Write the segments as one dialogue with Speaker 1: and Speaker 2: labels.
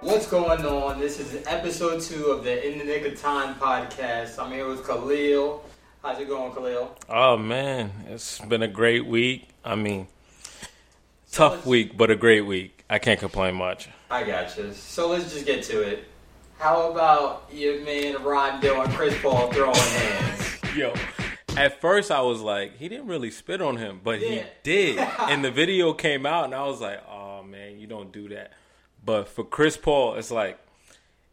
Speaker 1: What's going on? This is episode two of the In the Nick of Time podcast. I'm here with Khalil. How's it going, Khalil?
Speaker 2: Oh man, it's been a great week. I mean, tough
Speaker 1: let's-
Speaker 2: week, but a great week. I can't complain much.
Speaker 1: I gotcha. So let's just get to it. How about your man Rondo and Chris Paul throwing hands?
Speaker 2: Yo, at first I was like, he didn't really spit on him, but he
Speaker 1: Yeah.
Speaker 2: did. and the video came out, and I was like, oh man, you don't do that. But for Chris Paul, it's like,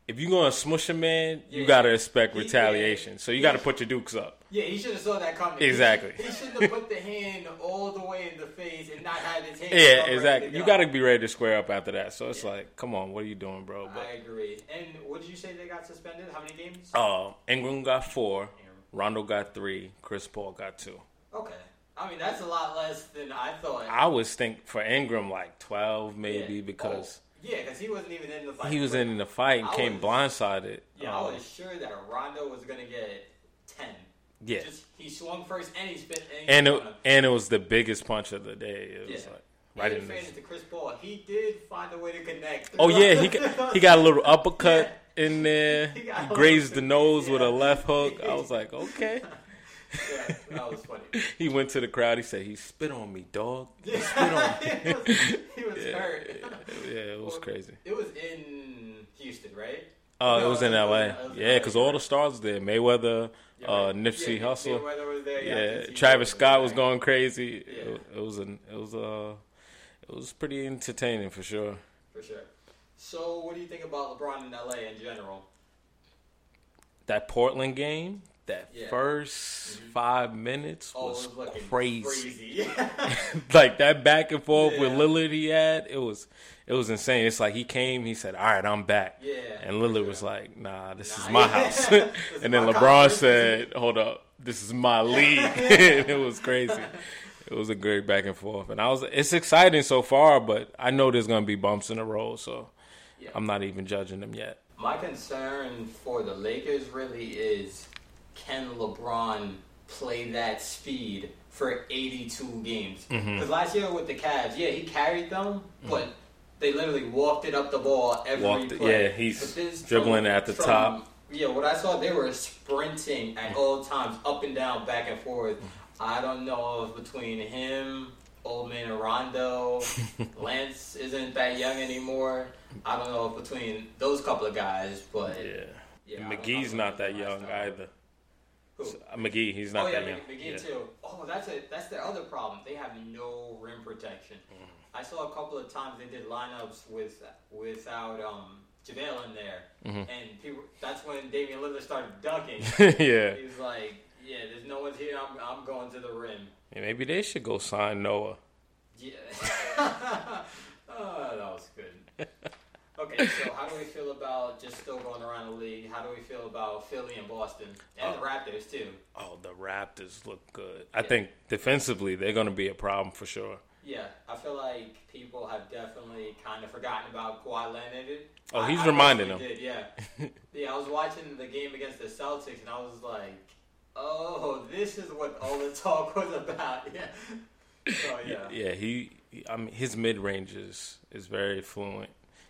Speaker 2: if you're gonna smush a man, you
Speaker 1: Yeah.
Speaker 2: gotta expect
Speaker 1: He- yeah.
Speaker 2: retaliation. So you gotta put your dukes up.
Speaker 1: Yeah, he should have saw that coming.
Speaker 2: Exactly.
Speaker 1: He should have put the hand all the way in the face and not had his hand.
Speaker 2: Yeah,
Speaker 1: up ready
Speaker 2: exactly.
Speaker 1: to
Speaker 2: You
Speaker 1: go.
Speaker 2: gotta be ready to square up after that. So it's like, come on, what are you doing, bro? But
Speaker 1: I agree. And what did you say they got suspended? How many games?
Speaker 2: Uh, Ingram got four, Rondo got three, Chris Paul got two.
Speaker 1: Okay. I mean, that's a lot less than I thought.
Speaker 2: I was think for Ingram like twelve
Speaker 1: Yeah.
Speaker 2: maybe because
Speaker 1: Oh, yeah, because he wasn't even in the fight.
Speaker 2: he was in the fight and
Speaker 1: I
Speaker 2: came
Speaker 1: was-
Speaker 2: blindsided.
Speaker 1: Yeah,
Speaker 2: Um,
Speaker 1: I was sure that Rondo was gonna get ten.
Speaker 2: yeah.
Speaker 1: Just he swung first and he spit and, he
Speaker 2: and
Speaker 1: spit
Speaker 2: it,
Speaker 1: on him.
Speaker 2: and it was the biggest punch of the day. It was
Speaker 1: Yeah.
Speaker 2: like right
Speaker 1: And
Speaker 2: in
Speaker 1: fairness
Speaker 2: this.
Speaker 1: to Chris Paul, he did find a way to connect.
Speaker 2: Oh yeah, he got, he got a little uppercut in there.
Speaker 1: He
Speaker 2: He,
Speaker 1: got a
Speaker 2: grazed the
Speaker 1: little-
Speaker 2: nose with
Speaker 1: yeah.
Speaker 2: a left hook. I was like, okay.
Speaker 1: yeah, that was funny.
Speaker 2: He went to the crowd. He said, "He spit on me, dog."
Speaker 1: Yeah. he was, he was hurt.
Speaker 2: Yeah, it was crazy.
Speaker 1: It was in Houston, right?
Speaker 2: Oh,
Speaker 1: No,
Speaker 2: it was in
Speaker 1: it was
Speaker 2: L.A.
Speaker 1: in- it was in
Speaker 2: Yeah, because
Speaker 1: LA,
Speaker 2: all the stars were there: Mayweather,
Speaker 1: Yeah,
Speaker 2: uh,
Speaker 1: right.
Speaker 2: Nipsey
Speaker 1: Yeah,
Speaker 2: Hussle,
Speaker 1: Mayweather was there, yeah, I
Speaker 2: yeah,
Speaker 1: did see
Speaker 2: Travis
Speaker 1: that.
Speaker 2: Scott was going crazy.
Speaker 1: Yeah.
Speaker 2: It, it was an, it was uh, it was pretty entertaining for sure.
Speaker 1: for sure. So, what do you think about LeBron in LA in general?
Speaker 2: That Portland game, that
Speaker 1: Yeah. Mm-hmm.
Speaker 2: 1st five minutes
Speaker 1: Oh,
Speaker 2: was
Speaker 1: it was looking
Speaker 2: crazy.
Speaker 1: crazy.
Speaker 2: like that back and forth with
Speaker 1: Yeah.
Speaker 2: Lillard he had, it was, it was insane. It's like he came, he said, "All right, I'm back,"
Speaker 1: Yeah,
Speaker 2: and
Speaker 1: for
Speaker 2: Lillard
Speaker 1: sure.
Speaker 2: was like, "Nah, this
Speaker 1: Nah,
Speaker 2: is my
Speaker 1: yeah.
Speaker 2: house,"
Speaker 1: This is
Speaker 2: and then
Speaker 1: my
Speaker 2: LeBron
Speaker 1: conference.
Speaker 2: said, "Hold up, this is my league." and it was crazy. It was a great back and forth, and I was. It's exciting so far, but I know there's gonna be bumps in the road, so
Speaker 1: Yeah.
Speaker 2: I'm not even judging them yet.
Speaker 1: My concern for the Lakers really is can LeBron play that speed for 82 games? Because
Speaker 2: Mm-hmm.
Speaker 1: last year with the Cavs, yeah, he carried them, but they literally walked it up the ball every
Speaker 2: Walked it-
Speaker 1: play.
Speaker 2: yeah, he's
Speaker 1: But this-
Speaker 2: dribbling at the top. Mm.
Speaker 1: Yeah, what I saw, they were sprinting at all times, up and down, back and forth. I don't know if between him, Old Man and Rondo, Lance isn't that young anymore. I don't know if between those couple of guys, but
Speaker 2: Yeah,
Speaker 1: yeah,
Speaker 2: And
Speaker 1: I don't
Speaker 2: McGee's
Speaker 1: know.
Speaker 2: not that young either.
Speaker 1: Who?
Speaker 2: So, uh, McGee, he's not
Speaker 1: Oh yeah,
Speaker 2: that young.
Speaker 1: Mc- McGee
Speaker 2: Yeah.
Speaker 1: too. Oh, that's a that's their other problem. They have no rim protection.
Speaker 2: Mm-hmm.
Speaker 1: I saw a couple of times they did lineups with without um JaVale in there,
Speaker 2: Mm-hmm.
Speaker 1: and people. That's when Damian Lillard started dunking.
Speaker 2: yeah.
Speaker 1: he was like, "Yeah, there's no one's here. I'm I'm going to the rim."
Speaker 2: Yeah, maybe they should go sign Noah.
Speaker 1: Yeah. oh, that was good. Okay, so how do we feel about just still going around the league? How do we feel about Philly and Boston and the Raptors too?
Speaker 2: Oh, the Raptors look good. I think defensively they're going to be a problem for sure.
Speaker 1: Yeah, I feel like people have definitely kind of forgotten about Kawhi Leonard.
Speaker 2: Oh,
Speaker 1: I-
Speaker 2: he's
Speaker 1: I
Speaker 2: reminding
Speaker 1: personally Did, yeah, yeah. I was watching the game against the Celtics, and I was like, "Oh, this is what all the talk was about." Yeah. So yeah,
Speaker 2: Yeah, he. I mean, his mid range is is very fluent.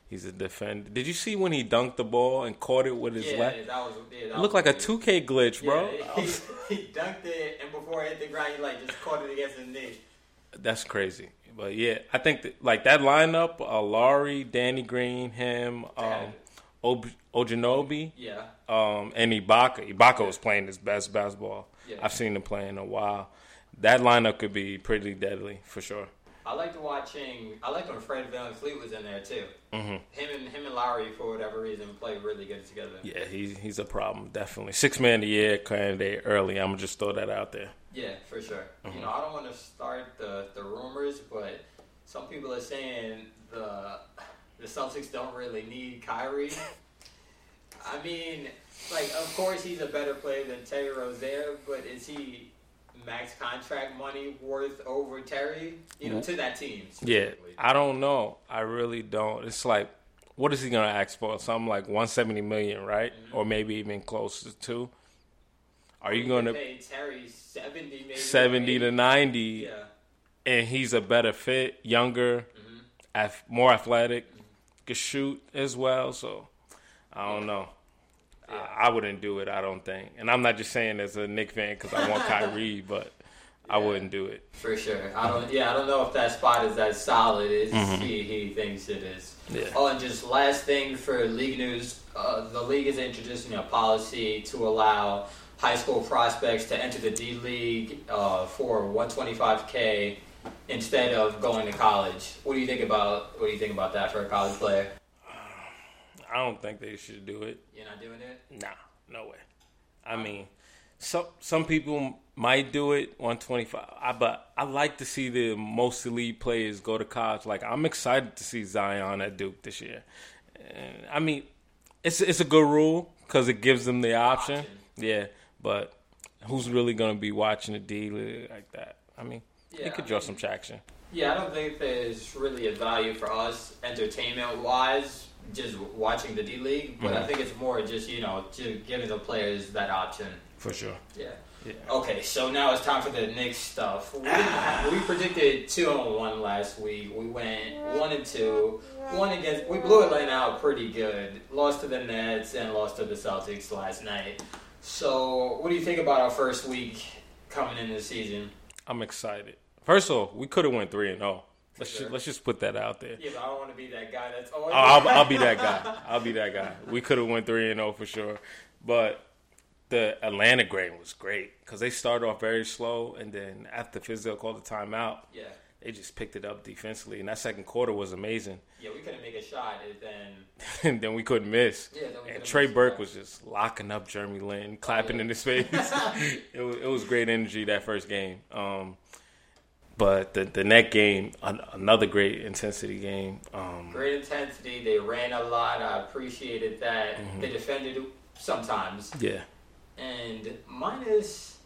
Speaker 2: He's a defender. Did you see when he dunked the ball and caught it with his
Speaker 1: yeah,
Speaker 2: left?
Speaker 1: that was. Yeah, that
Speaker 2: It looked
Speaker 1: was
Speaker 2: like a
Speaker 1: good.
Speaker 2: 2K glitch, bro.
Speaker 1: Yeah,
Speaker 2: I
Speaker 1: he,
Speaker 2: was-
Speaker 1: he dunked it, and before it hit the ground, he like just caught it against his knee.
Speaker 2: That's crazy. But yeah, I think that, like that lineup: uh, Laurie, Danny Green, him, um, Ob- Ojanobi.
Speaker 1: Yeah,
Speaker 2: um, and Ibaka. Ibaka was playing his best basketball
Speaker 1: Yeah.
Speaker 2: I've seen him play in a while. That lineup could be pretty deadly for sure.
Speaker 1: I liked watching. I liked when Fred VanVleet was in there too. Mm-hmm. Him and him and Lowry, for whatever reason, played really good together.
Speaker 2: Yeah, he's he's a problem definitely. Six man of the year candidate early. I'm gonna just throw that out there.
Speaker 1: Yeah, for sure.
Speaker 2: Uh-huh.
Speaker 1: You know, I don't want to start the, the rumors, but some people are saying the the Celtics don't really need Kyrie. I mean, like, of course he's a better player than Terry Rozier, but is he max contract money worth over Terry? You know, to that team.
Speaker 2: Mm-hmm. Yeah,
Speaker 1: specifically.
Speaker 2: I don't know. I really don't. It's like, what is he gonna ask for? Something like 170 million, right? Or maybe even closer to. Are you
Speaker 1: They
Speaker 2: gonna
Speaker 1: pay Terry seventy, maybe
Speaker 2: 70 to 90?
Speaker 1: Yeah,
Speaker 2: and he's a better fit, younger, ath- more athletic. can shoot as well. So I don't know. I, I wouldn't do it. I don't think. And I'm not just saying as a Nick fan because I want Kyrie, but I wouldn't do it.
Speaker 1: For sure. I don't. Yeah, I don't know if that spot is as solid as he, he thinks it is.
Speaker 2: Mm-hmm. Yeah.
Speaker 1: Oh, and just last thing for league news: uh, the league is introducing a policy to allow high school prospects to enter the D League uh, for 125k instead of going to college. What do you think about What do you think about that for a college player?
Speaker 2: I don't think they should do it.
Speaker 1: You're not doing it.
Speaker 2: Nah, no way. I mean, some some people might do it 125. I but I like to see the most elite players go to college. Like I'm excited to see Zion at Duke this year. And, I mean, it's it's a good rule because it gives them the option.
Speaker 1: Option.
Speaker 2: Yeah, but who's really gonna be watching a D league like that? I mean,
Speaker 1: Yeah,
Speaker 2: it could
Speaker 1: I
Speaker 2: draw
Speaker 1: mean-
Speaker 2: some traction.
Speaker 1: Yeah, I don't think there's really a value for us entertainment wise just watching the D League, but I
Speaker 2: Mm-hmm.
Speaker 1: think it's more just, you know, to giving the players that option.
Speaker 2: For sure.
Speaker 1: Yeah.
Speaker 2: Yeah.
Speaker 1: Okay, so now it's time for the Knicks stuff. We, we predicted two and one last week. We went one and two, one against. We blew Atlanta out pretty good. Lost to the Nets and lost to the Celtics last night. So, what do you think about our first week coming in the season?
Speaker 2: I'm excited. First of all, we could have went three and zero. Let's
Speaker 1: sure.
Speaker 2: ju- let's just put that out there.
Speaker 1: Yeah, but I don't want to be that guy that's always.
Speaker 2: Oh, I'll, I'll be that guy. I'll be that guy. We could have went three and zero for sure, but the Atlanta game was great because they started off very slow, and then after Fizdale called the timeout,
Speaker 1: Yeah.
Speaker 2: they just picked it up defensively, and that second quarter was amazing.
Speaker 1: Yeah, we couldn't make a shot, and then
Speaker 2: and then we couldn't miss.
Speaker 1: Yeah, then we
Speaker 2: and
Speaker 1: couldn't
Speaker 2: Trey
Speaker 1: miss,
Speaker 2: Burke
Speaker 1: yeah.
Speaker 2: was just locking up Jeremy Lin, clapping in his face. it, was, it was great energy that first game. Um, but the the next game, an, another great intensity game. Um,
Speaker 1: great intensity. They ran a lot. I appreciated that.
Speaker 2: Mm-hmm.
Speaker 1: They defended sometimes,
Speaker 2: yeah.
Speaker 1: and minus,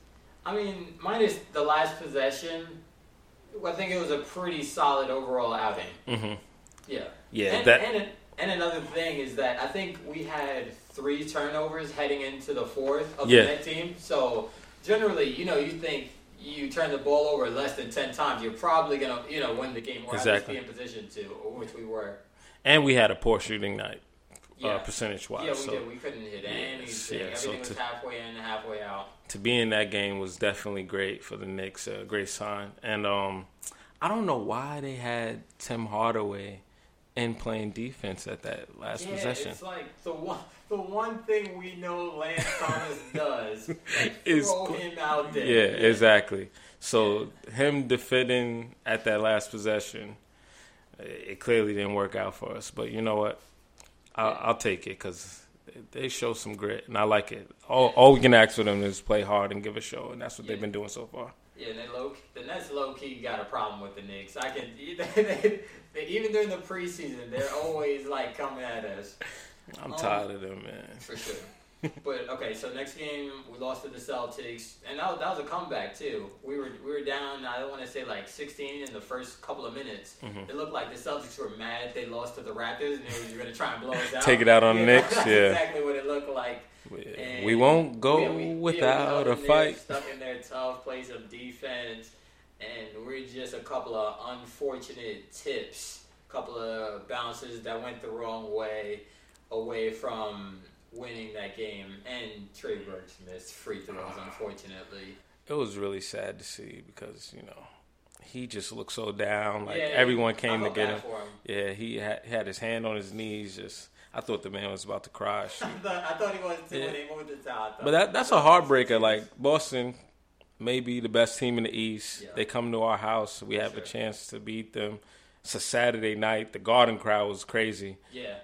Speaker 1: I mean, minus the last possession, I think it was a pretty solid overall outing.
Speaker 2: Mhm.
Speaker 1: Yeah.
Speaker 2: Yeah,
Speaker 1: And,
Speaker 2: that-
Speaker 1: and and another thing is that I think we had three turnovers heading into the fourth of
Speaker 2: Yeah.
Speaker 1: the net team. So generally, you know, you think. You turn the ball over less than ten times, you're probably gonna, you know, win the game. Or
Speaker 2: Exactly.
Speaker 1: at least be in position to, which we were.
Speaker 2: And we had a poor shooting night,
Speaker 1: Yeah.
Speaker 2: uh, percentage wise.
Speaker 1: Yeah, we
Speaker 2: so
Speaker 1: did. We couldn't hit anything.
Speaker 2: yeah, so
Speaker 1: Everything was
Speaker 2: to-
Speaker 1: halfway in, halfway out.
Speaker 2: to be in that game was definitely great for the Knicks. A great sign. And um, I don't know why they had Tim Hardaway in playing defense at that last
Speaker 1: Yeah,
Speaker 2: possession.
Speaker 1: it's like the one, the one thing we know Lance Thomas does like,
Speaker 2: Is
Speaker 1: throw
Speaker 2: put-
Speaker 1: him out there.
Speaker 2: Yeah, exactly. So him defending at that last possession, it it clearly didn't work out for us. But you know what? I'll, I'll take it because they show some grit, and I like it. All, all we can ask for them is play hard and give a show, and that's what they've
Speaker 1: Yeah.
Speaker 2: been doing so far.
Speaker 1: Yeah, and they low, the Nets low key got a problem with the Knicks. I can they, they, even during the preseason, they're always like coming at us
Speaker 2: I'm
Speaker 1: Um,
Speaker 2: tired of them, man.
Speaker 1: for sure. But okay, so next game we lost to the Celtics, and that was, that was a comeback too. We were we were down. I want to say like 16 in the first couple of minutes.
Speaker 2: Mm-hmm.
Speaker 1: It looked like the Celtics were mad they lost to the Raptors, and they were going to try and blow us out.
Speaker 2: Take it out on the
Speaker 1: Yeah,
Speaker 2: Knicks,
Speaker 1: That's
Speaker 2: yeah.
Speaker 1: exactly what it looked like.
Speaker 2: We,
Speaker 1: And-
Speaker 2: we won't go
Speaker 1: Yeah, we- yeah, we lost
Speaker 2: without a
Speaker 1: and they were
Speaker 2: fight.
Speaker 1: Stuck in their tough place of defense, and we're just a couple of unfortunate tips, couple of bounces that went the wrong way, away from winning that game. And Trey Burks missed free throws, unfortunately.
Speaker 2: It was really sad to see because you know he just looked so down. Like
Speaker 1: Yeah,
Speaker 2: everyone
Speaker 1: I
Speaker 2: came to
Speaker 1: felt
Speaker 2: get
Speaker 1: bad
Speaker 2: him.
Speaker 1: for him.
Speaker 2: Yeah, he had, had his hand on his knees. Just, I thought the man was about to cry.
Speaker 1: I thought, I thought he was too
Speaker 2: Yeah.
Speaker 1: when they moved the towel.
Speaker 2: But that that's a heartbreaker. Like Boston, may be the best team in the East.
Speaker 1: Yeah.
Speaker 2: They come to our house. We have
Speaker 1: Sure.
Speaker 2: a chance to beat them. It's a Saturday night. The Garden crowd was crazy.
Speaker 1: yeah.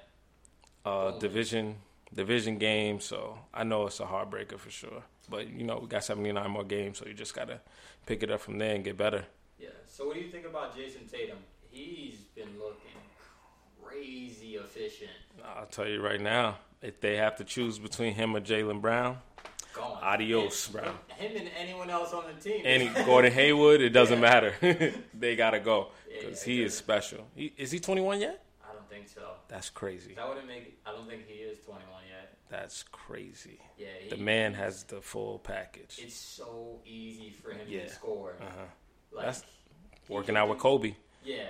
Speaker 2: Uh,
Speaker 1: Totally.
Speaker 2: Division division game. So I know it's a heartbreaker for sure. But you know we got seventy nine more games, so you just gotta pick it up from there and get better.
Speaker 1: Yeah. So what do you think about Jason Tatum? He's been looking crazy efficient.
Speaker 2: I'll tell you right now, if they have to choose between him or Jalen Brown,
Speaker 1: Gone.
Speaker 2: adios,
Speaker 1: Him-
Speaker 2: Brown.
Speaker 1: Him and anyone else on the team.
Speaker 2: any Gordon Haywood, it doesn't matter. they gotta go
Speaker 1: Yeah,
Speaker 2: because
Speaker 1: yeah,
Speaker 2: he
Speaker 1: it
Speaker 2: is
Speaker 1: doesn't.
Speaker 2: special. He, is he 21 yet?
Speaker 1: I don't think so.
Speaker 2: That's crazy.
Speaker 1: That wouldn't make. I don't think he is 21 yet.
Speaker 2: That's crazy.
Speaker 1: Yeah. He,
Speaker 2: The man has the full package.
Speaker 1: It's so easy for him
Speaker 2: Yeah.
Speaker 1: to score.
Speaker 2: Uh huh.
Speaker 1: Like
Speaker 2: That's-
Speaker 1: he
Speaker 2: Working
Speaker 1: can
Speaker 2: out with
Speaker 1: do-
Speaker 2: Kobe.
Speaker 1: Yeah.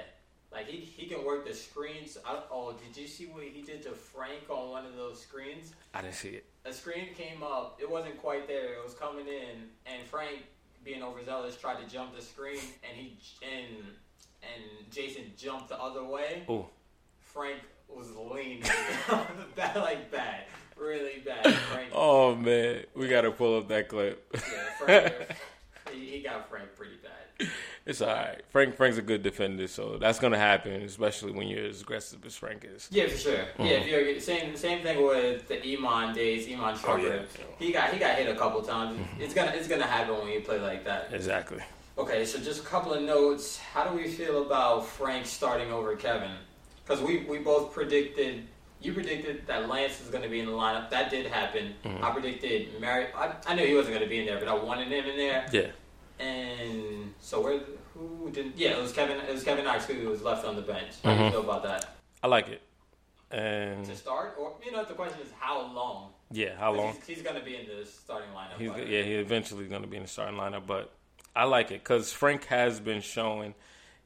Speaker 1: Like he, he can work the screens. I, oh, did you see what he did to Frank on one of those screens?
Speaker 2: I didn't see it.
Speaker 1: A screen came up. It wasn't quite there. It was coming in, and Frank, being overzealous, tried to jump the screen, and he and and Jason jumped the other way.
Speaker 2: Oh,
Speaker 1: Frank was leaning bad, like bad, really bad. Frank,
Speaker 2: oh man, we gotta pull up that clip.
Speaker 1: yeah, Frank he, he got Frank pretty bad.
Speaker 2: It's all right. Frank Frank's a good defender, so that's gonna happen, especially when you're as aggressive as Frank is.
Speaker 1: Yeah, for sure. Yeah, if you're same same thing with the Iman days, Iman Trucker. He got he got hit a couple times. It's gonna it's gonna happen when you play like that.
Speaker 2: Exactly.
Speaker 1: Okay, so just a couple of notes. How do we feel about Frank starting over Kevin? Because we, we both predicted, you predicted that Lance was going to be in the lineup. That did happen.
Speaker 2: Mm-hmm.
Speaker 1: I predicted Mary. I, I knew he wasn't going to be in there, but I wanted him in there.
Speaker 2: Yeah.
Speaker 1: And so where who didn't? Yeah, it was Kevin. It was Kevin Knox who was left on the bench. How
Speaker 2: Mm-hmm.
Speaker 1: do you feel about that?
Speaker 2: I like it. And
Speaker 1: To start, or you know, the question is how long?
Speaker 2: yeah, how long?
Speaker 1: He's, he's going to be in the starting lineup.
Speaker 2: He's
Speaker 1: but-
Speaker 2: yeah, he eventually going to be in the starting lineup, but I like it because Frank has been showing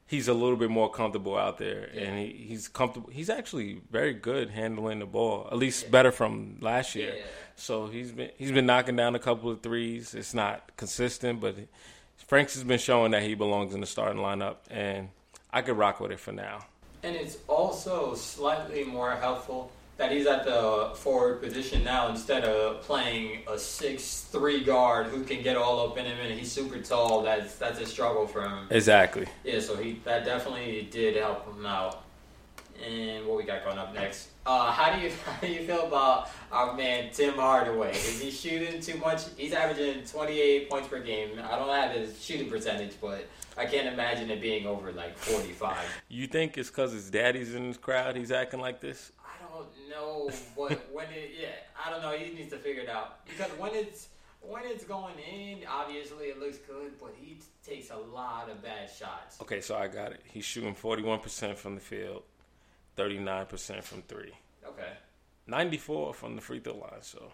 Speaker 2: he's a little bit more comfortable out there, and he, he's comfortable. He's actually very good handling the ball, at least better from last year.
Speaker 1: Yeah.
Speaker 2: So he's been he's been knocking down a couple of threes. It's not consistent, but Frank's has been showing that he belongs in the starting lineup, and I could rock with it for now.
Speaker 1: And it's also slightly more helpful that he's at the forward position now instead of playing a six-three guard who can get all up in him and he's super tall. That's that's a struggle for him.
Speaker 2: Exactly.
Speaker 1: Yeah, so he that definitely did help him out. And what we got going up next? Uh, how do you how do you feel about our man Tim Hardaway? Is he shooting too much? He's averaging 28 points per game. I don't have his shooting percentage, but I can't imagine it being over like 45.
Speaker 2: You think it's because his daddy's in the crowd? He's acting like this.
Speaker 1: I don't know what when it yeah I don't know he needs to figure it out because when it's when it's going in obviously it looks good but he t- takes a lot of bad shots
Speaker 2: Okay, so I got it. He's shooting 41% from the field, 39% from three,
Speaker 1: okay
Speaker 2: 94 from the free throw line. So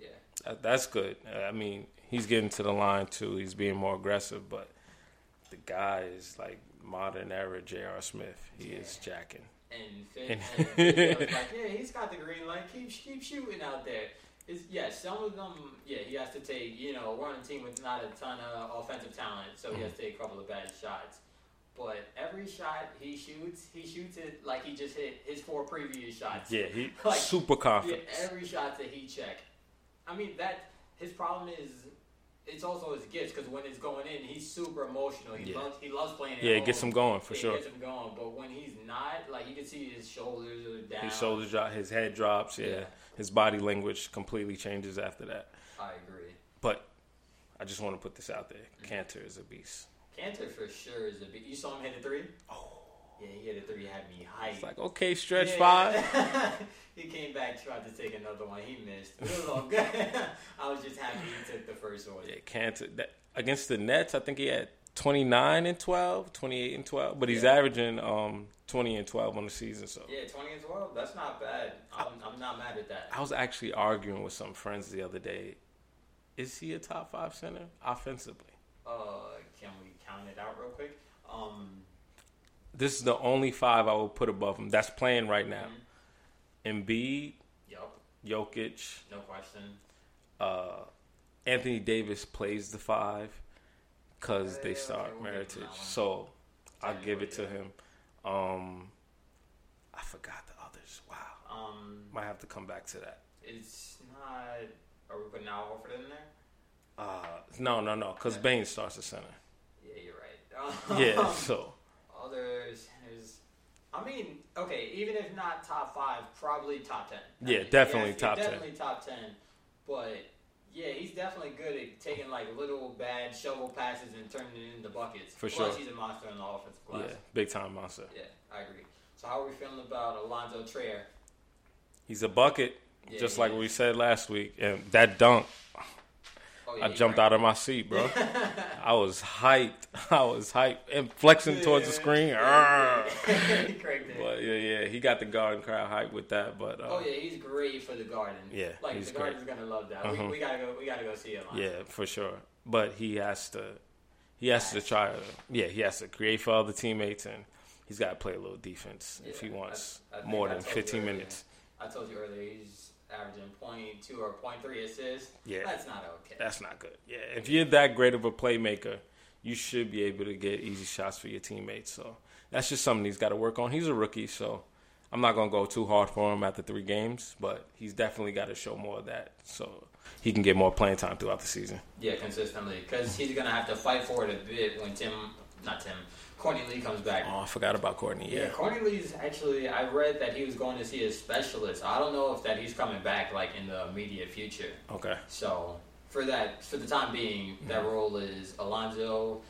Speaker 1: yeah
Speaker 2: that, that's good. Uh, I mean, he's getting to the line too. He's being more aggressive, but the guy is like modern era J.R. Smith. He is jacking.
Speaker 1: and Finn and Finn was like yeah he's got the green light keep keep shooting out there it's, yeah some of them yeah he has to take you know we're on a team with not a ton of offensive talent so he has to take a couple of bad shots. But every shot he shoots, he shoots it like he just hit his four previous shots.
Speaker 2: Yeah, he
Speaker 1: Like,
Speaker 2: super
Speaker 1: Yeah,
Speaker 2: confident.
Speaker 1: every shot that he check. I mean that his problem is it's also his gifts because when it's going in, he's super emotional. He
Speaker 2: Yeah.
Speaker 1: loves he loves playing. At
Speaker 2: Yeah, it gets
Speaker 1: home.
Speaker 2: him going for
Speaker 1: Yeah, it
Speaker 2: sure.
Speaker 1: Gets him going, but when he's not, like you can see his shoulders are down.
Speaker 2: His shoulders drop, his head drops. yeah,
Speaker 1: Yeah.
Speaker 2: his body language completely changes after that.
Speaker 1: I agree.
Speaker 2: But I just want to put this out there: Cantor is a beast.
Speaker 1: Cantor for sure is a big. You saw him hit a three. Oh. Yeah, he hit a three. Had me hyped.
Speaker 2: It's like okay, stretch five.
Speaker 1: Yeah. he came back, tried to take another one. He missed. It was all good. I was just happy he took the first one.
Speaker 2: Yeah, Cantor that, against the Nets, I think he had 29 and 12, 28 and 12, but he's
Speaker 1: Yeah.
Speaker 2: averaging um 20 and 12 on the season. So
Speaker 1: Yeah, 20 and 12. That's not bad. I'm, I'm not mad at that.
Speaker 2: I was actually arguing with some friends the other day. Is he a top five center offensively?
Speaker 1: Uh, can we count it out real quick? Um,
Speaker 2: This is the only five I will put above him that's playing right now.
Speaker 1: mhm.
Speaker 2: Mm-hmm. Embiid,
Speaker 1: yep,
Speaker 2: Jokic,
Speaker 1: no question.
Speaker 2: uh, Anthony Davis plays the five because
Speaker 1: Yeah,
Speaker 2: they start
Speaker 1: okay, we'll give him
Speaker 2: Meritage.
Speaker 1: that one.
Speaker 2: So I'll
Speaker 1: Tell you
Speaker 2: give
Speaker 1: what,
Speaker 2: it to
Speaker 1: yeah.
Speaker 2: him. Um, I forgot the others. Wow.
Speaker 1: Um,
Speaker 2: Might have to come back to that.
Speaker 1: it's not. Are we putting Al Horford in there?
Speaker 2: Uh, no, no, no, because Bane starts the center.
Speaker 1: Yeah, you're right. Um,
Speaker 2: Yeah, so
Speaker 1: Other centers. I mean, okay, even if not top five, probably top ten. I
Speaker 2: Yeah,
Speaker 1: mean,
Speaker 2: definitely
Speaker 1: yes,
Speaker 2: top 10.
Speaker 1: definitely top ten. But yeah, he's definitely good at taking like little bad shovel passes and turning it into buckets.
Speaker 2: For
Speaker 1: Plus,
Speaker 2: sure.
Speaker 1: he's a monster in the offensive glass.
Speaker 2: yeah, big time monster.
Speaker 1: Yeah, I agree. So how are we feeling about Alonzo Trier?
Speaker 2: He's a bucket,
Speaker 1: Yeah,
Speaker 2: just
Speaker 1: he
Speaker 2: like
Speaker 1: is.
Speaker 2: we said last week. And that dunk,
Speaker 1: Oh,
Speaker 2: I jumped out of my seat, bro. I was hyped. I was hyped and flexing towards the screen. Arrgh.
Speaker 1: he cranked it.
Speaker 2: But yeah, yeah, he got the garden crowd hype with that. But uh,
Speaker 1: Oh yeah, he's great for the Garden.
Speaker 2: Yeah,
Speaker 1: like
Speaker 2: he's
Speaker 1: the Garden's gonna love that.
Speaker 2: Uh-huh.
Speaker 1: We, we gotta go. We gotta go see him. live.
Speaker 2: Yeah, for sure. But he has to, he has to try. Yeah, he has to create for other teammates, and he's got to play a little defense if he
Speaker 1: Yeah, I-
Speaker 2: wants
Speaker 1: I think
Speaker 2: more
Speaker 1: I
Speaker 2: than
Speaker 1: told you
Speaker 2: 15
Speaker 1: earlier.
Speaker 2: minutes.
Speaker 1: I told you earlier he's averaging point two or point three assists.
Speaker 2: Yeah.
Speaker 1: that's not okay.
Speaker 2: That's not good. Yeah, if you're that great of a playmaker, you should be able to get easy shots for your teammates. So that's just something he's got to work on. He's a rookie, so I'm not gonna go too hard for him after three games, but he's definitely got to show more of that so he can get more playing time throughout the season.
Speaker 1: yeah, consistently because he's gonna have to fight for it a bit when Tim, not Tim, Courtney Lee comes back.
Speaker 2: Oh, I forgot about Courtney.
Speaker 1: Yeah,
Speaker 2: Yeah,
Speaker 1: Courtney Lee's actually. I read that he was going to see a specialist. I don't know if that he's coming back like in the immediate future.
Speaker 2: okay.
Speaker 1: So for that, for the time being, that
Speaker 2: Mm-hmm.
Speaker 1: role is Alonzo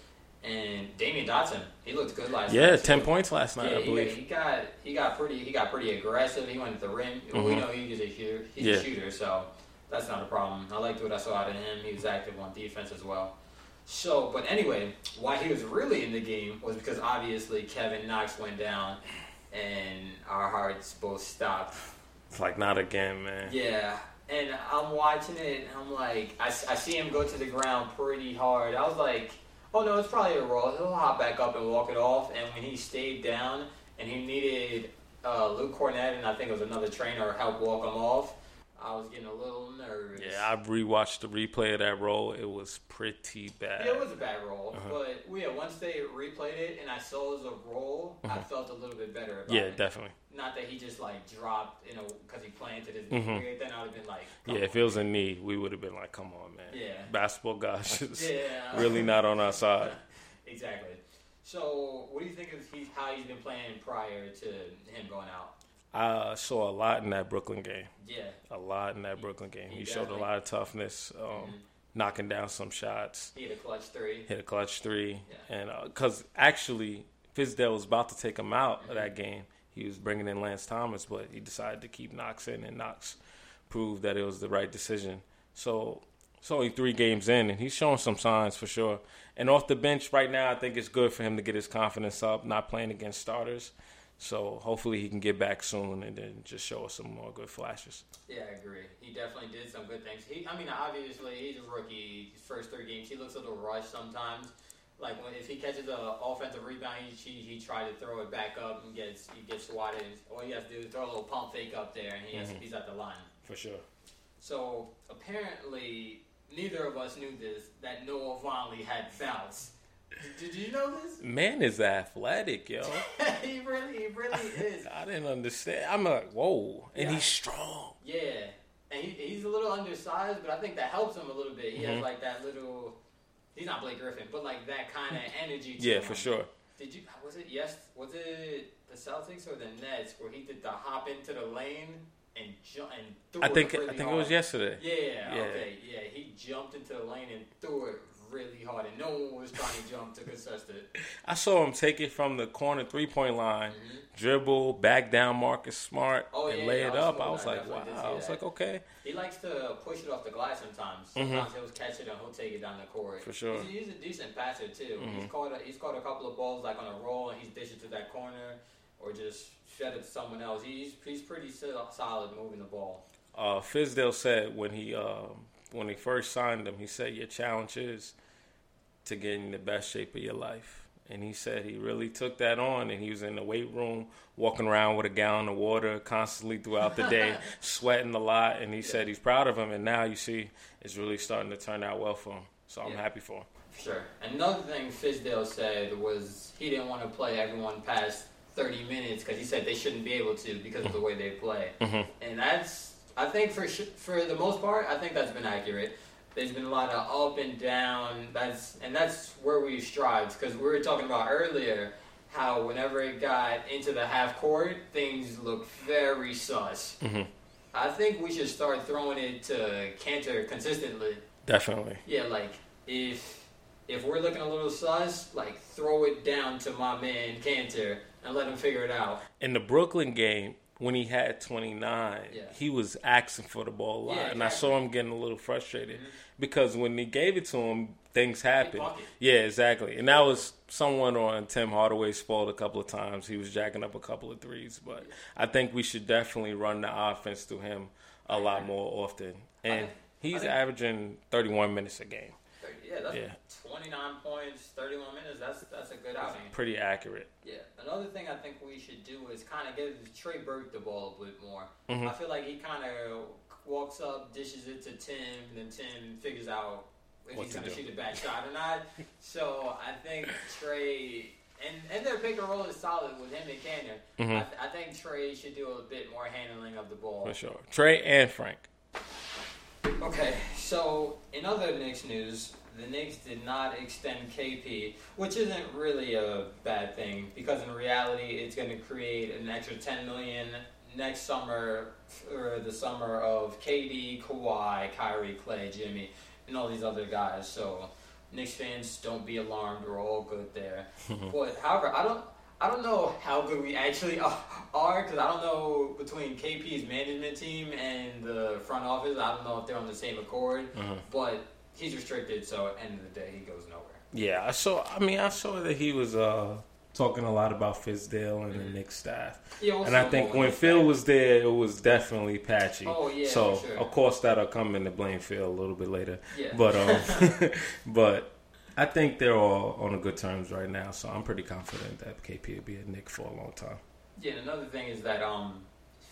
Speaker 1: and Damian Dotson. He looked good last night.
Speaker 2: Yeah,
Speaker 1: too.
Speaker 2: ten points last night,
Speaker 1: Yeah,
Speaker 2: I
Speaker 1: he got,
Speaker 2: believe.
Speaker 1: he got he got pretty he got pretty aggressive. He went to the rim. We
Speaker 2: Mhm.
Speaker 1: know he's a shooter. He's
Speaker 2: Yeah.
Speaker 1: a shooter, so that's not a problem. I liked what I saw out of him. He was active on defense as well. So, but anyway, why he was really in the game was because obviously Kevin Knox went down, and our hearts both stopped.
Speaker 2: It's like not again, man.
Speaker 1: Yeah, and I'm watching it, and I'm like, I, s- I see him go to the ground pretty hard. I was like, oh no, it's probably a roll. He'll hop back up and walk it off. And when he stayed down and he needed uh, Luke Cornett and I think it was another trainer help walk him off, I was getting a little nervous.
Speaker 2: Yeah, I rewatched the replay of that roll. It was pretty bad.
Speaker 1: Yeah, it was a bad roll,
Speaker 2: Uh-huh.
Speaker 1: but yeah, once they replayed it and I saw it was a roll, I felt a little bit better about
Speaker 2: Uh-huh. yeah,
Speaker 1: it.
Speaker 2: definitely.
Speaker 1: Not that he just like dropped, you know, because he planted his
Speaker 2: Mhm.
Speaker 1: knee. Then I would have been like,
Speaker 2: Yeah, if it was a knee, we would have been like, "Come on, man."
Speaker 1: Yeah.
Speaker 2: Basketball guys is
Speaker 1: yeah,
Speaker 2: really not on our side.
Speaker 1: Exactly. So, what do you think of he's, how he's been playing prior to him going out?
Speaker 2: I saw a lot in that Brooklyn game.
Speaker 1: Yeah,
Speaker 2: A lot in that Brooklyn game. He showed a
Speaker 1: Exactly.
Speaker 2: lot of toughness, um,
Speaker 1: Mm-hmm.
Speaker 2: knocking down some shots,
Speaker 1: he had a clutch three.
Speaker 2: hit a clutch three,
Speaker 1: Yeah.
Speaker 2: and because actually Fizdale was about to take him out of that game. He was bringing in Lance Thomas, but he decided to keep Knox in, and Knox proved that it was the right decision. So it's only three games in, and he's showing some signs for sure. And off the bench right now, I think it's good for him to get his confidence up, not playing against starters. So hopefully he can get back soon and then just show us some more good flashes.
Speaker 1: Yeah, I agree. He definitely did some good things. He, I mean, obviously he's a rookie. His first three games, he looks a little rushed sometimes. Like when, if he catches an offensive rebound, he, he he tries to throw it back up and gets he gets swatted. All he has to do is throw a little pump fake up there, and he has, he's at the line.
Speaker 2: For sure.
Speaker 1: So apparently, neither of us knew this that Noah Vonley had bounce. Did, did you know this?
Speaker 2: Man is athletic, yo.
Speaker 1: he really, he really is.
Speaker 2: I didn't understand. I'm like, whoa. And
Speaker 1: Yeah.
Speaker 2: he's strong.
Speaker 1: Yeah, and he, he's a little undersized, but I think that helps him a little bit. He
Speaker 2: Mm-hmm.
Speaker 1: has like that little. He's not Blake Griffin, but like that kind of energy. To
Speaker 2: Yeah,
Speaker 1: him.
Speaker 2: for sure.
Speaker 1: Did you? Was it yes? Was it the Celtics or the Nets where he did the hop into the lane and jump and threw
Speaker 2: I think
Speaker 1: it? Really
Speaker 2: I think it
Speaker 1: hard?
Speaker 2: was yesterday.
Speaker 1: Yeah,
Speaker 2: Yeah.
Speaker 1: Okay. Yeah. He jumped into the lane and threw it really hard, and no one was trying to jump to contest it.
Speaker 2: I saw him take it from the corner three point line,
Speaker 1: Mhm.
Speaker 2: dribble, back down Marcus Smart,
Speaker 1: Oh,
Speaker 2: and
Speaker 1: yeah,
Speaker 2: lay
Speaker 1: yeah,
Speaker 2: it
Speaker 1: I was
Speaker 2: up.
Speaker 1: cool.
Speaker 2: I
Speaker 1: I
Speaker 2: was like, wow.
Speaker 1: definitely did see
Speaker 2: I was
Speaker 1: that.
Speaker 2: like, okay.
Speaker 1: He likes to push it off the glass sometimes. Sometimes he'll catch it and he'll take it down the court.
Speaker 2: Mm-hmm. For sure. Mm-hmm.
Speaker 1: He's, he's a decent passer too. He's caught a, he's caught a couple of balls like on a roll and he's dished it to that corner or just shed it to someone else. He's he's pretty sol- solid moving the ball.
Speaker 2: Uh, Fizdale said when he um, when he first signed him, he said your challenge is to get in the best shape of your life. And he said he really took that on, and he was in the weight room, walking around with a gallon of water constantly throughout the day, sweating a lot. And he said he's proud of him. And now you see, it's really starting to turn out well for him. So I'm
Speaker 1: Yeah.
Speaker 2: happy for him.
Speaker 1: Sure. Another thing Fisdale said was he didn't want to play everyone past 30 minutes because he said they shouldn't be able to because of the way they play.
Speaker 2: Mm-hmm.
Speaker 1: And that's, I think for sh- for the most part, I think that's been accurate. There's been a lot of up and down. That's and that's where we strived because we were talking about earlier how whenever it got into the half court, things looked very sus. I think we should start throwing it to Cantor consistently.
Speaker 2: Definitely.
Speaker 1: Yeah, like if if we're looking a little sus, like throw it down to my man Cantor and let him figure it out.
Speaker 2: in the Brooklyn game when he had 29,
Speaker 1: Yeah.
Speaker 2: he was asking for the ball a lot,
Speaker 1: Yeah,
Speaker 2: and I
Speaker 1: exactly.
Speaker 2: saw him getting a little frustrated because when they gave it to him, things happened.
Speaker 1: bucket.
Speaker 2: Yeah, exactly, and that was someone on Tim Hardaway's fault a couple of times. He was jacking up a couple of threes, but I think we should definitely run the offense through him a lot more often, and
Speaker 1: I-
Speaker 2: he's
Speaker 1: I-
Speaker 2: averaging 31 minutes a game.
Speaker 1: Like, yeah, that's
Speaker 2: Yeah.
Speaker 1: 29 points, 31 minutes. That's that's a good outing.
Speaker 2: Pretty accurate.
Speaker 1: Yeah. Another thing I think we should do is kind of give Trey Burke the ball a bit more.
Speaker 2: Mhm.
Speaker 1: I feel like he kind of walks up, dishes it to Tim, then Tim figures out if
Speaker 2: What
Speaker 1: he's
Speaker 2: to
Speaker 1: going to
Speaker 2: do.
Speaker 1: shoot a back shot or not. so I think Trey. And, and their pick and roll is solid with him and Cannon. I,
Speaker 2: Mhm.
Speaker 1: th- I think Trey should do a bit more handling of the ball.
Speaker 2: For sure. Trey and Frank.
Speaker 1: Okay, so in other Knicks news, the Knicks did not extend KP, which isn't really a bad thing because in reality, it's going to create an extra 10 million next summer or the summer of KD, Kawhi, Kyrie, Clay, Jimmy, and all these other guys. So Knicks fans, don't be alarmed. We're all good there. but however, I don't. I don't know how good we actually are because I don't know between KP's management team and the front office. I don't know if they're on the same accord,
Speaker 2: Mm-hmm.
Speaker 1: but he's restricted, so at the end of the day, he goes nowhere.
Speaker 2: Yeah, I saw. I mean, I saw that he was uh, talking a lot about Fizdale and the Knicks staff,
Speaker 1: Yeah, we'll
Speaker 2: and I
Speaker 1: see
Speaker 2: think
Speaker 1: more
Speaker 2: when
Speaker 1: with
Speaker 2: Phil
Speaker 1: that.
Speaker 2: was there, it was definitely patchy.
Speaker 1: Oh, yeah,
Speaker 2: so
Speaker 1: for sure.
Speaker 2: of course that'll come into blame Phil a little bit later.
Speaker 1: Yeah.
Speaker 2: But um, but I think they're all on a good terms right now, so I'm pretty confident that KP will be a Nick for a long time.
Speaker 1: Yeah, and another thing is that um,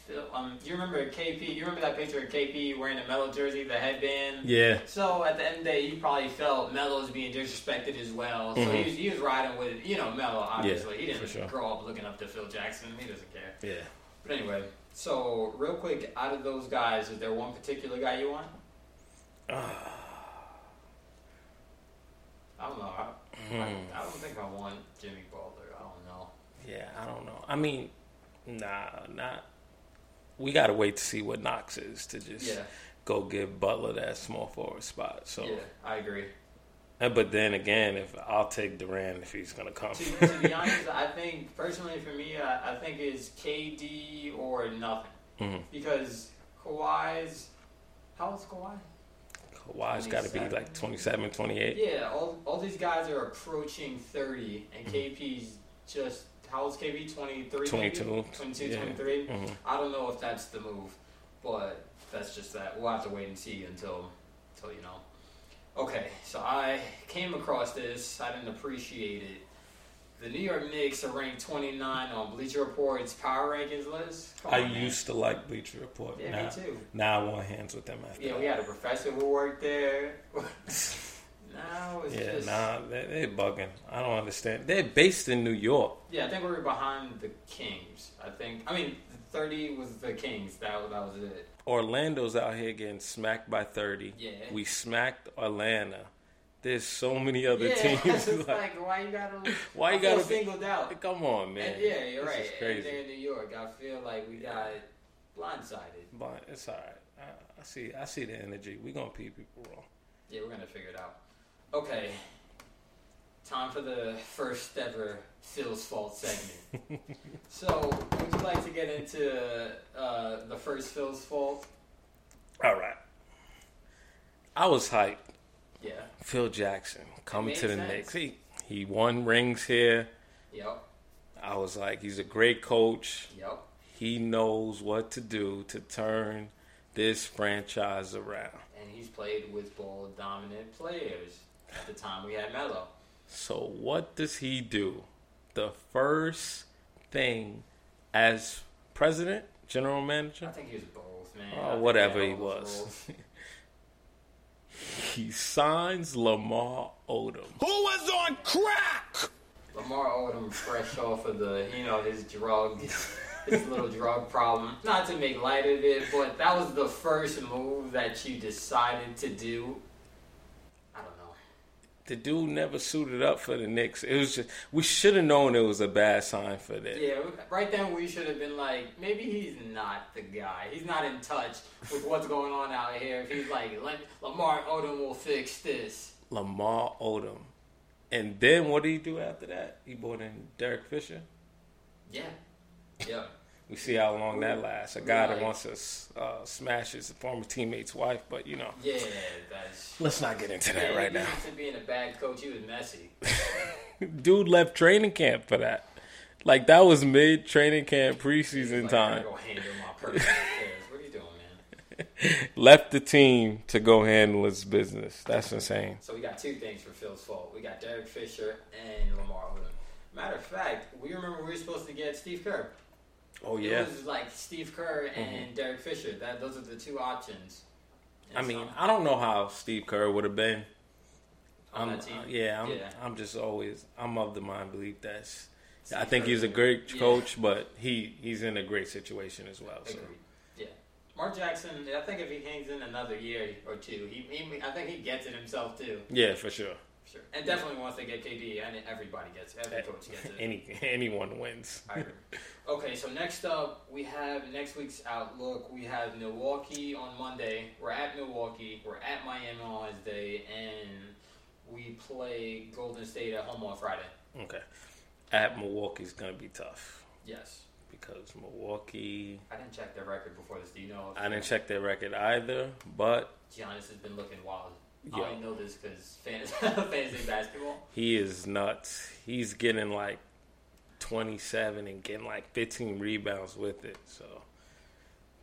Speaker 1: Phil- um, you remember KP? You remember that picture of KP wearing the Melo jersey, the headband?
Speaker 2: Yeah,
Speaker 1: So at the end of the day, he probably felt Melo's being disrespected as well. So he
Speaker 2: Mhm.
Speaker 1: was he was riding with you know Melo. Obviously, he
Speaker 2: for
Speaker 1: didn't
Speaker 2: sure.
Speaker 1: grow up looking up to Phil Jackson. He doesn't care.
Speaker 2: yeah.
Speaker 1: But anyway, so real quick, out of those guys, is there one particular guy you want? I don't know. I, I,
Speaker 2: Hmm.
Speaker 1: I don't think I want Jimmy Butler. I don't know.
Speaker 2: Yeah, I don't know. I mean, nah, not. We gotta wait to see what Knox is to just
Speaker 1: Yeah,
Speaker 2: go give Butler that small forward spot. So,
Speaker 1: yeah, I agree.
Speaker 2: Uh, but then again, if I'll take Durant if he's gonna come.
Speaker 1: to, to be honest, I think personally for me, I, I think it's KD or nothing
Speaker 2: Mhm.
Speaker 1: because Kawhi's how old's Kawhi?
Speaker 2: Kawhi's got to be
Speaker 1: 27.
Speaker 2: like 27, 28.
Speaker 1: Yeah, all all these guys are approaching thirty,
Speaker 2: Mm-hmm.
Speaker 1: and KP's just how old's KP? 23,
Speaker 2: 22,
Speaker 1: 22,
Speaker 2: yeah.
Speaker 1: 23.
Speaker 2: Mhm.
Speaker 1: I don't know if that's the move, but that's just that. We'll have to wait and see until, until you know. Okay, so I came across this. I didn't appreciate it. The New York Knicks are ranked 29 on Bleacher Report's power rankings list. Come
Speaker 2: I
Speaker 1: on, man.
Speaker 2: used to like Bleacher Report.
Speaker 1: Yeah,
Speaker 2: now,
Speaker 1: me too.
Speaker 2: now I want hands with them after.
Speaker 1: Yeah,
Speaker 2: that.
Speaker 1: we had a professor who worked there. now it's
Speaker 2: Yeah,
Speaker 1: just.
Speaker 2: nah, they, they're bugging. I don't understand. They're based in New York.
Speaker 1: Yeah, I think we were behind the Kings. I think. I mean, 30 was the Kings. That, was- that was it.
Speaker 2: Orlando's out here getting smacked by 30.
Speaker 1: Yeah.
Speaker 2: We smacked Atlanta. There's so many other
Speaker 1: yeah,
Speaker 2: teams.
Speaker 1: it's
Speaker 2: like,
Speaker 1: like, why you gotta.
Speaker 2: Why you
Speaker 1: I feel
Speaker 2: gotta be-
Speaker 1: singled out?
Speaker 2: come on, man.
Speaker 1: And yeah, you're
Speaker 2: This
Speaker 1: right.
Speaker 2: is crazy.
Speaker 1: And they're in New York. I feel like we got blindsided.
Speaker 2: But it's all right. I, I see. I see the energy. We gonna pee people wrong.
Speaker 1: Yeah, we're gonna figure it out. Okay, time for the first ever Phil's fault segment. so, would you like to get into uh, the first Phil's fault?
Speaker 2: All right. I was hyped.
Speaker 1: Yeah.
Speaker 2: Phil Jackson come
Speaker 1: made
Speaker 2: to the
Speaker 1: sense.
Speaker 2: Knicks. He he won rings here.
Speaker 1: Yep.
Speaker 2: I was like, he's a great coach.
Speaker 1: Yep.
Speaker 2: He knows what to do to turn this franchise around.
Speaker 1: And he's played with bold, dominant players. At the time, we had Melo.
Speaker 2: So what does he do? The first thing as president, general
Speaker 1: I
Speaker 2: manager,
Speaker 1: think he was both, man. I
Speaker 2: or
Speaker 1: think
Speaker 2: Oh, whatever he
Speaker 1: had all those roles.
Speaker 2: was. he signs Lamar Odom.
Speaker 3: Who was on crack?
Speaker 1: Lamar Odom fresh off of the, you know, his drug, his little drug problem. Not to make light of it, but that was the first move that you decided to do. I don't know.
Speaker 2: The dude never suited up for the Knicks. It was just, we should have known it was a bad sign for them.
Speaker 1: Yeah, right then we should have been like, maybe he's not the guy. He's not in touch with what's going on out here. If he's like, Let, Lamar Odom will fix this.
Speaker 2: Lamar Odom. And then what did he do after that? He brought in Derek Fisher.
Speaker 1: Yeah. Yep.
Speaker 2: We see how long that lasts. A guy that
Speaker 1: Right.
Speaker 2: wants to s- uh, smash his former teammate's wife, but you know,
Speaker 1: Yeah, that's.
Speaker 2: let's not get into that
Speaker 1: Yeah,
Speaker 2: right
Speaker 1: he
Speaker 2: now.
Speaker 1: used To being a bad coach, he was messy.
Speaker 2: Dude left training camp for that. Like that was mid training camp
Speaker 1: He's
Speaker 2: preseason
Speaker 1: like,
Speaker 2: time.
Speaker 1: I gotta go handle my personal affairs. What are you doing, man?
Speaker 2: left the team to go handle his business. That's insane.
Speaker 1: So we got two things for Phil's fault. We got Derek Fisher and Lamar Odom. Matter of fact, we remember we were supposed to get Steve Kerr.
Speaker 2: Oh Mm-hmm.
Speaker 1: It was like Steve Kerr and Derek Fisher. That those are the two options.
Speaker 2: I
Speaker 1: And
Speaker 2: mean,
Speaker 1: so-
Speaker 2: I don't know how Steve Kerr would have been.
Speaker 1: On
Speaker 2: I'm,
Speaker 1: that team?
Speaker 2: uh, yeah, I'm,
Speaker 1: Yeah.
Speaker 2: I'm just always I'm of the mind belief that's. I
Speaker 1: Steve
Speaker 2: think
Speaker 1: Kerr
Speaker 2: he's a
Speaker 1: is a-
Speaker 2: great
Speaker 1: yeah.
Speaker 2: coach, but he he's in a great situation as well. So.
Speaker 1: Agreed. Yeah. Mark Jackson, I think if he hangs in another year or two, he, he I think he gets it himself too.
Speaker 2: Yeah, for sure.
Speaker 1: Sure. And definitely wants to get KD, and everybody gets it. Every coach gets it.
Speaker 2: Any anyone wins.
Speaker 1: I agree. okay, so next up, we have next week's outlook. We have Milwaukee on Monday. We're at Milwaukee. We're at Miami on Wednesday, and we play Golden State at home on Friday.
Speaker 2: Okay, at Milwaukee's gonna be tough
Speaker 1: Yes.
Speaker 2: because Milwaukee.
Speaker 1: I didn't check their record before this. Do you know if
Speaker 2: I didn't check their record either, but
Speaker 1: Giannis has been looking wild?
Speaker 2: Yeah.
Speaker 1: I only know this because fantasy, fantasy basketball.
Speaker 2: He is nuts. He's getting like 27 and getting like 15 rebounds with it. So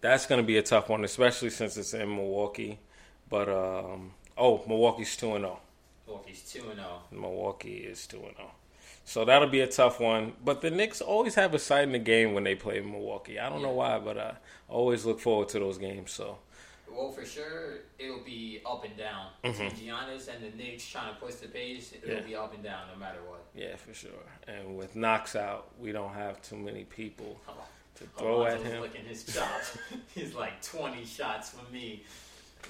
Speaker 2: that's going to be a tough one, especially since it's in Milwaukee. But um, oh, Milwaukee's 2 and 0.
Speaker 1: Milwaukee's 2 and oh. 0.
Speaker 2: Milwaukee is 2 and 0. So that'll be a tough one. But the Knicks always have a side in the game when they play Milwaukee. I don't know why, but I always look forward to those games. So
Speaker 1: Well, for sure, it'll be up and down. Between Giannis and the Knicks trying to push the pace, it'll
Speaker 2: Mm-hmm. Yeah.
Speaker 1: be up and down no matter what.
Speaker 2: yeah, for sure. And with knocks out, we don't have too many people
Speaker 1: Oh,
Speaker 2: to throw at
Speaker 1: Alonzo's
Speaker 2: him.
Speaker 1: Looking his shots, he's like twenty shots for me.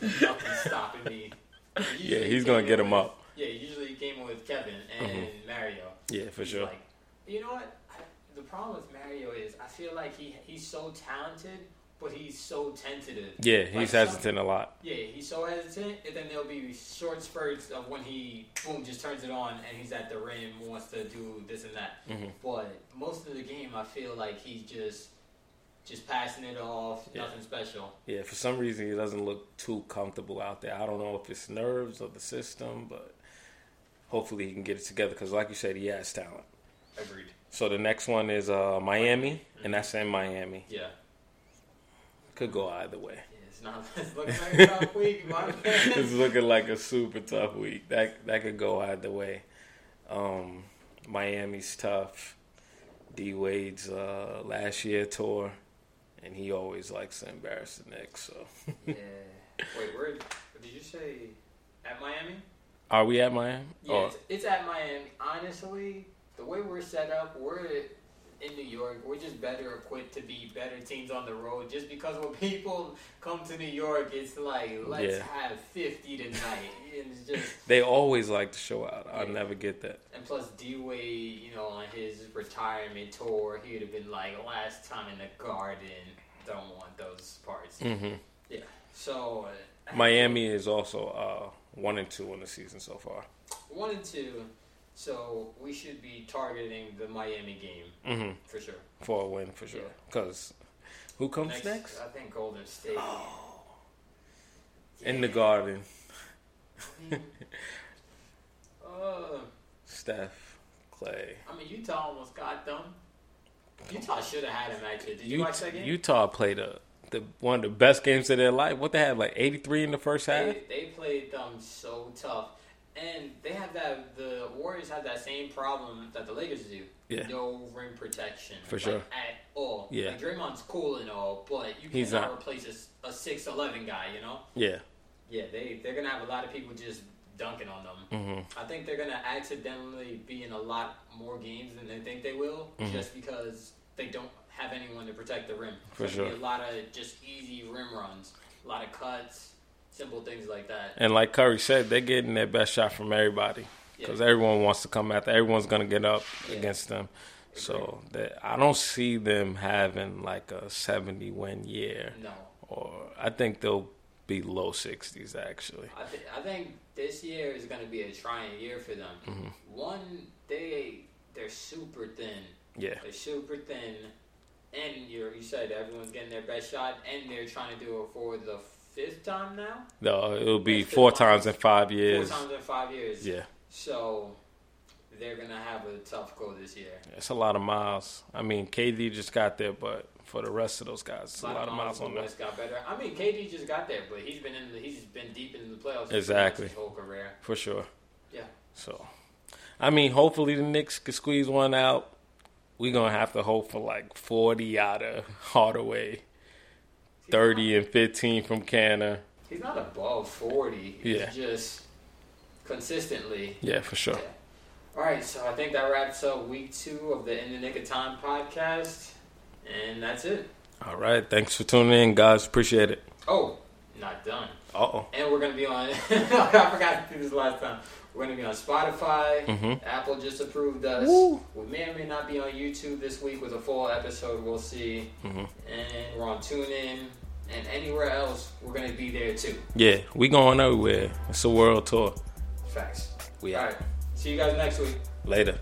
Speaker 1: Nothing's stopping me.
Speaker 2: Yeah,
Speaker 1: Usually
Speaker 2: he's
Speaker 1: he came
Speaker 2: gonna
Speaker 1: in
Speaker 2: get him
Speaker 1: with-
Speaker 2: up.
Speaker 1: Yeah, usually he came in with Kevin and Mario.
Speaker 2: Yeah, for
Speaker 1: He's
Speaker 2: sure.
Speaker 1: Like, you know what? I, the problem with Mario is I feel like he he's so talented, but he's so tentative.
Speaker 2: Yeah,
Speaker 1: Like,
Speaker 2: he's
Speaker 1: some-
Speaker 2: hesitant a lot.
Speaker 1: Yeah, he's so hesitant, and then there'll be short spurts of when he boom just turns it on and he's at the rim, wants to do this and that.
Speaker 2: Mm-hmm.
Speaker 1: But most of the game, I feel like he's just just passing it off,
Speaker 2: Yeah.
Speaker 1: nothing special.
Speaker 2: Yeah, for some reason he doesn't look too comfortable out there. I don't know if it's nerves or the system, but hopefully he can get it together because, like you said, he has talent.
Speaker 1: Agreed.
Speaker 2: So the next one is uh, Miami, and that's in Miami.
Speaker 1: Yeah,
Speaker 2: Could go either way.
Speaker 1: Yeah, it's not. It's looking like a tough week, my
Speaker 2: it's
Speaker 1: man.
Speaker 2: looking like a super tough week. That that could go either way. Um, Miami's tough. D Wade's uh, last year tour, and he always likes to embarrass the Knicks. So,
Speaker 1: Yeah. Wait, where did you say? At Miami?
Speaker 2: are we at Miami? Oh,
Speaker 1: Yeah,
Speaker 2: Or-
Speaker 1: it's, it's at Miami. Honestly, the way we're set up, we're in New York. We're just better equipped to be better teams on the road. Just because when people come to New York, it's like let's
Speaker 2: Yeah.
Speaker 1: have fifty tonight, and it's just
Speaker 2: They always like to show out. I
Speaker 1: Yeah.
Speaker 2: never get that.
Speaker 1: and plus D Wade, you know, on his retirement tour, he'd have been like last time in the Garden. Don't want those parts.
Speaker 2: Mhm.
Speaker 1: Yeah. So uh,
Speaker 2: Miami is also uh, one and two in the season so far.
Speaker 1: one and two. So we should be targeting the Miami game
Speaker 2: hmm
Speaker 1: for sure.
Speaker 2: For a win, for sure.
Speaker 1: Mm-hmm. Yeah.
Speaker 2: Because who comes next? Oh.
Speaker 1: I think Golden State.
Speaker 2: In the Garden,
Speaker 1: Uh,
Speaker 2: Steph, Clay.
Speaker 1: I mean, Utah almost got them. Utah should have had him actually. Did you
Speaker 2: Ut-
Speaker 1: watch that game?
Speaker 2: Utah played a, the one of the best games of their life. What they had like eighty three in the first half.
Speaker 1: they, they played them so tough, and they have that. The Warriors have that same problem that the Lakers do.
Speaker 2: Yeah.
Speaker 1: No rim protection
Speaker 2: For
Speaker 1: like,
Speaker 2: sure.
Speaker 1: at all.
Speaker 2: Yeah.
Speaker 1: Like, Draymond's cool and all, but you
Speaker 2: He's
Speaker 1: cannot
Speaker 2: not.
Speaker 1: replace a s- a six eleven guy. You know.
Speaker 2: Yeah,
Speaker 1: Yeah, they they're gonna have a lot of people just dunking on them.
Speaker 2: Mm-hmm.
Speaker 1: I think they're gonna accidentally be in a lot more games than they think they will,
Speaker 2: Mm-hmm.
Speaker 1: just because they don't have anyone to protect the rim.
Speaker 2: For
Speaker 1: There's gonna be
Speaker 2: sure.
Speaker 1: a lot of just easy rim runs, a lot of cuts, simple things like that.
Speaker 2: and like Curry said, they're getting their best shot from everybody because everyone wants to come after. Everyone's gonna get up
Speaker 1: Yeah.
Speaker 2: against them. So that I don't see them having like a seventy win year.
Speaker 1: No,
Speaker 2: or I think they'll be low sixties actually.
Speaker 1: I th- I think this year is gonna be a trying year for them.
Speaker 2: Mm-hmm.
Speaker 1: One, they they're super thin.
Speaker 2: Yeah,
Speaker 1: They're super thin, and you you said everyone's getting their best shot, and they're trying to do it for the fifth time now,
Speaker 2: no, it'll be
Speaker 1: That's good
Speaker 2: four
Speaker 1: finals.
Speaker 2: times in five years.
Speaker 1: four times in five years.
Speaker 2: Yeah,
Speaker 1: So they're gonna have a tough go this year.
Speaker 2: it's a lot of miles. I mean, KD just got there, but for the rest of those guys. It's a lot of miles on that.
Speaker 1: West got better. I mean, KD just got there, but he's been in. The, he's been deep in the playoffs
Speaker 2: Exactly.
Speaker 1: his whole career.
Speaker 2: For sure.
Speaker 1: Yeah.
Speaker 2: So, I mean, hopefully the Knicks can squeeze one out. We're gonna have to hope for like forty out of Hardaway, thirty and fifteen from Canna.
Speaker 1: He's not above forty. He's
Speaker 2: Yeah.
Speaker 1: just consistently.
Speaker 2: Yeah, for sure.
Speaker 1: All right, so I think that wraps up week two of the In the Nick of Time podcast, and that's it.
Speaker 2: All right, thanks for tuning in, guys. Appreciate it.
Speaker 1: Oh, not done.
Speaker 2: Uh oh.
Speaker 1: And we're gonna be on. I forgot to do this last time. We're gonna be on Spotify. Apple just approved us.
Speaker 2: Woo.
Speaker 1: We may or may not be on YouTube this week with a full episode. We'll see. And we're on TuneIn and anywhere else. We're gonna be there too.
Speaker 2: Yeah, we going everywhere. It's a world tour.
Speaker 1: Facts.
Speaker 2: We
Speaker 1: All
Speaker 2: out.
Speaker 1: right. See you guys next week.
Speaker 2: Later.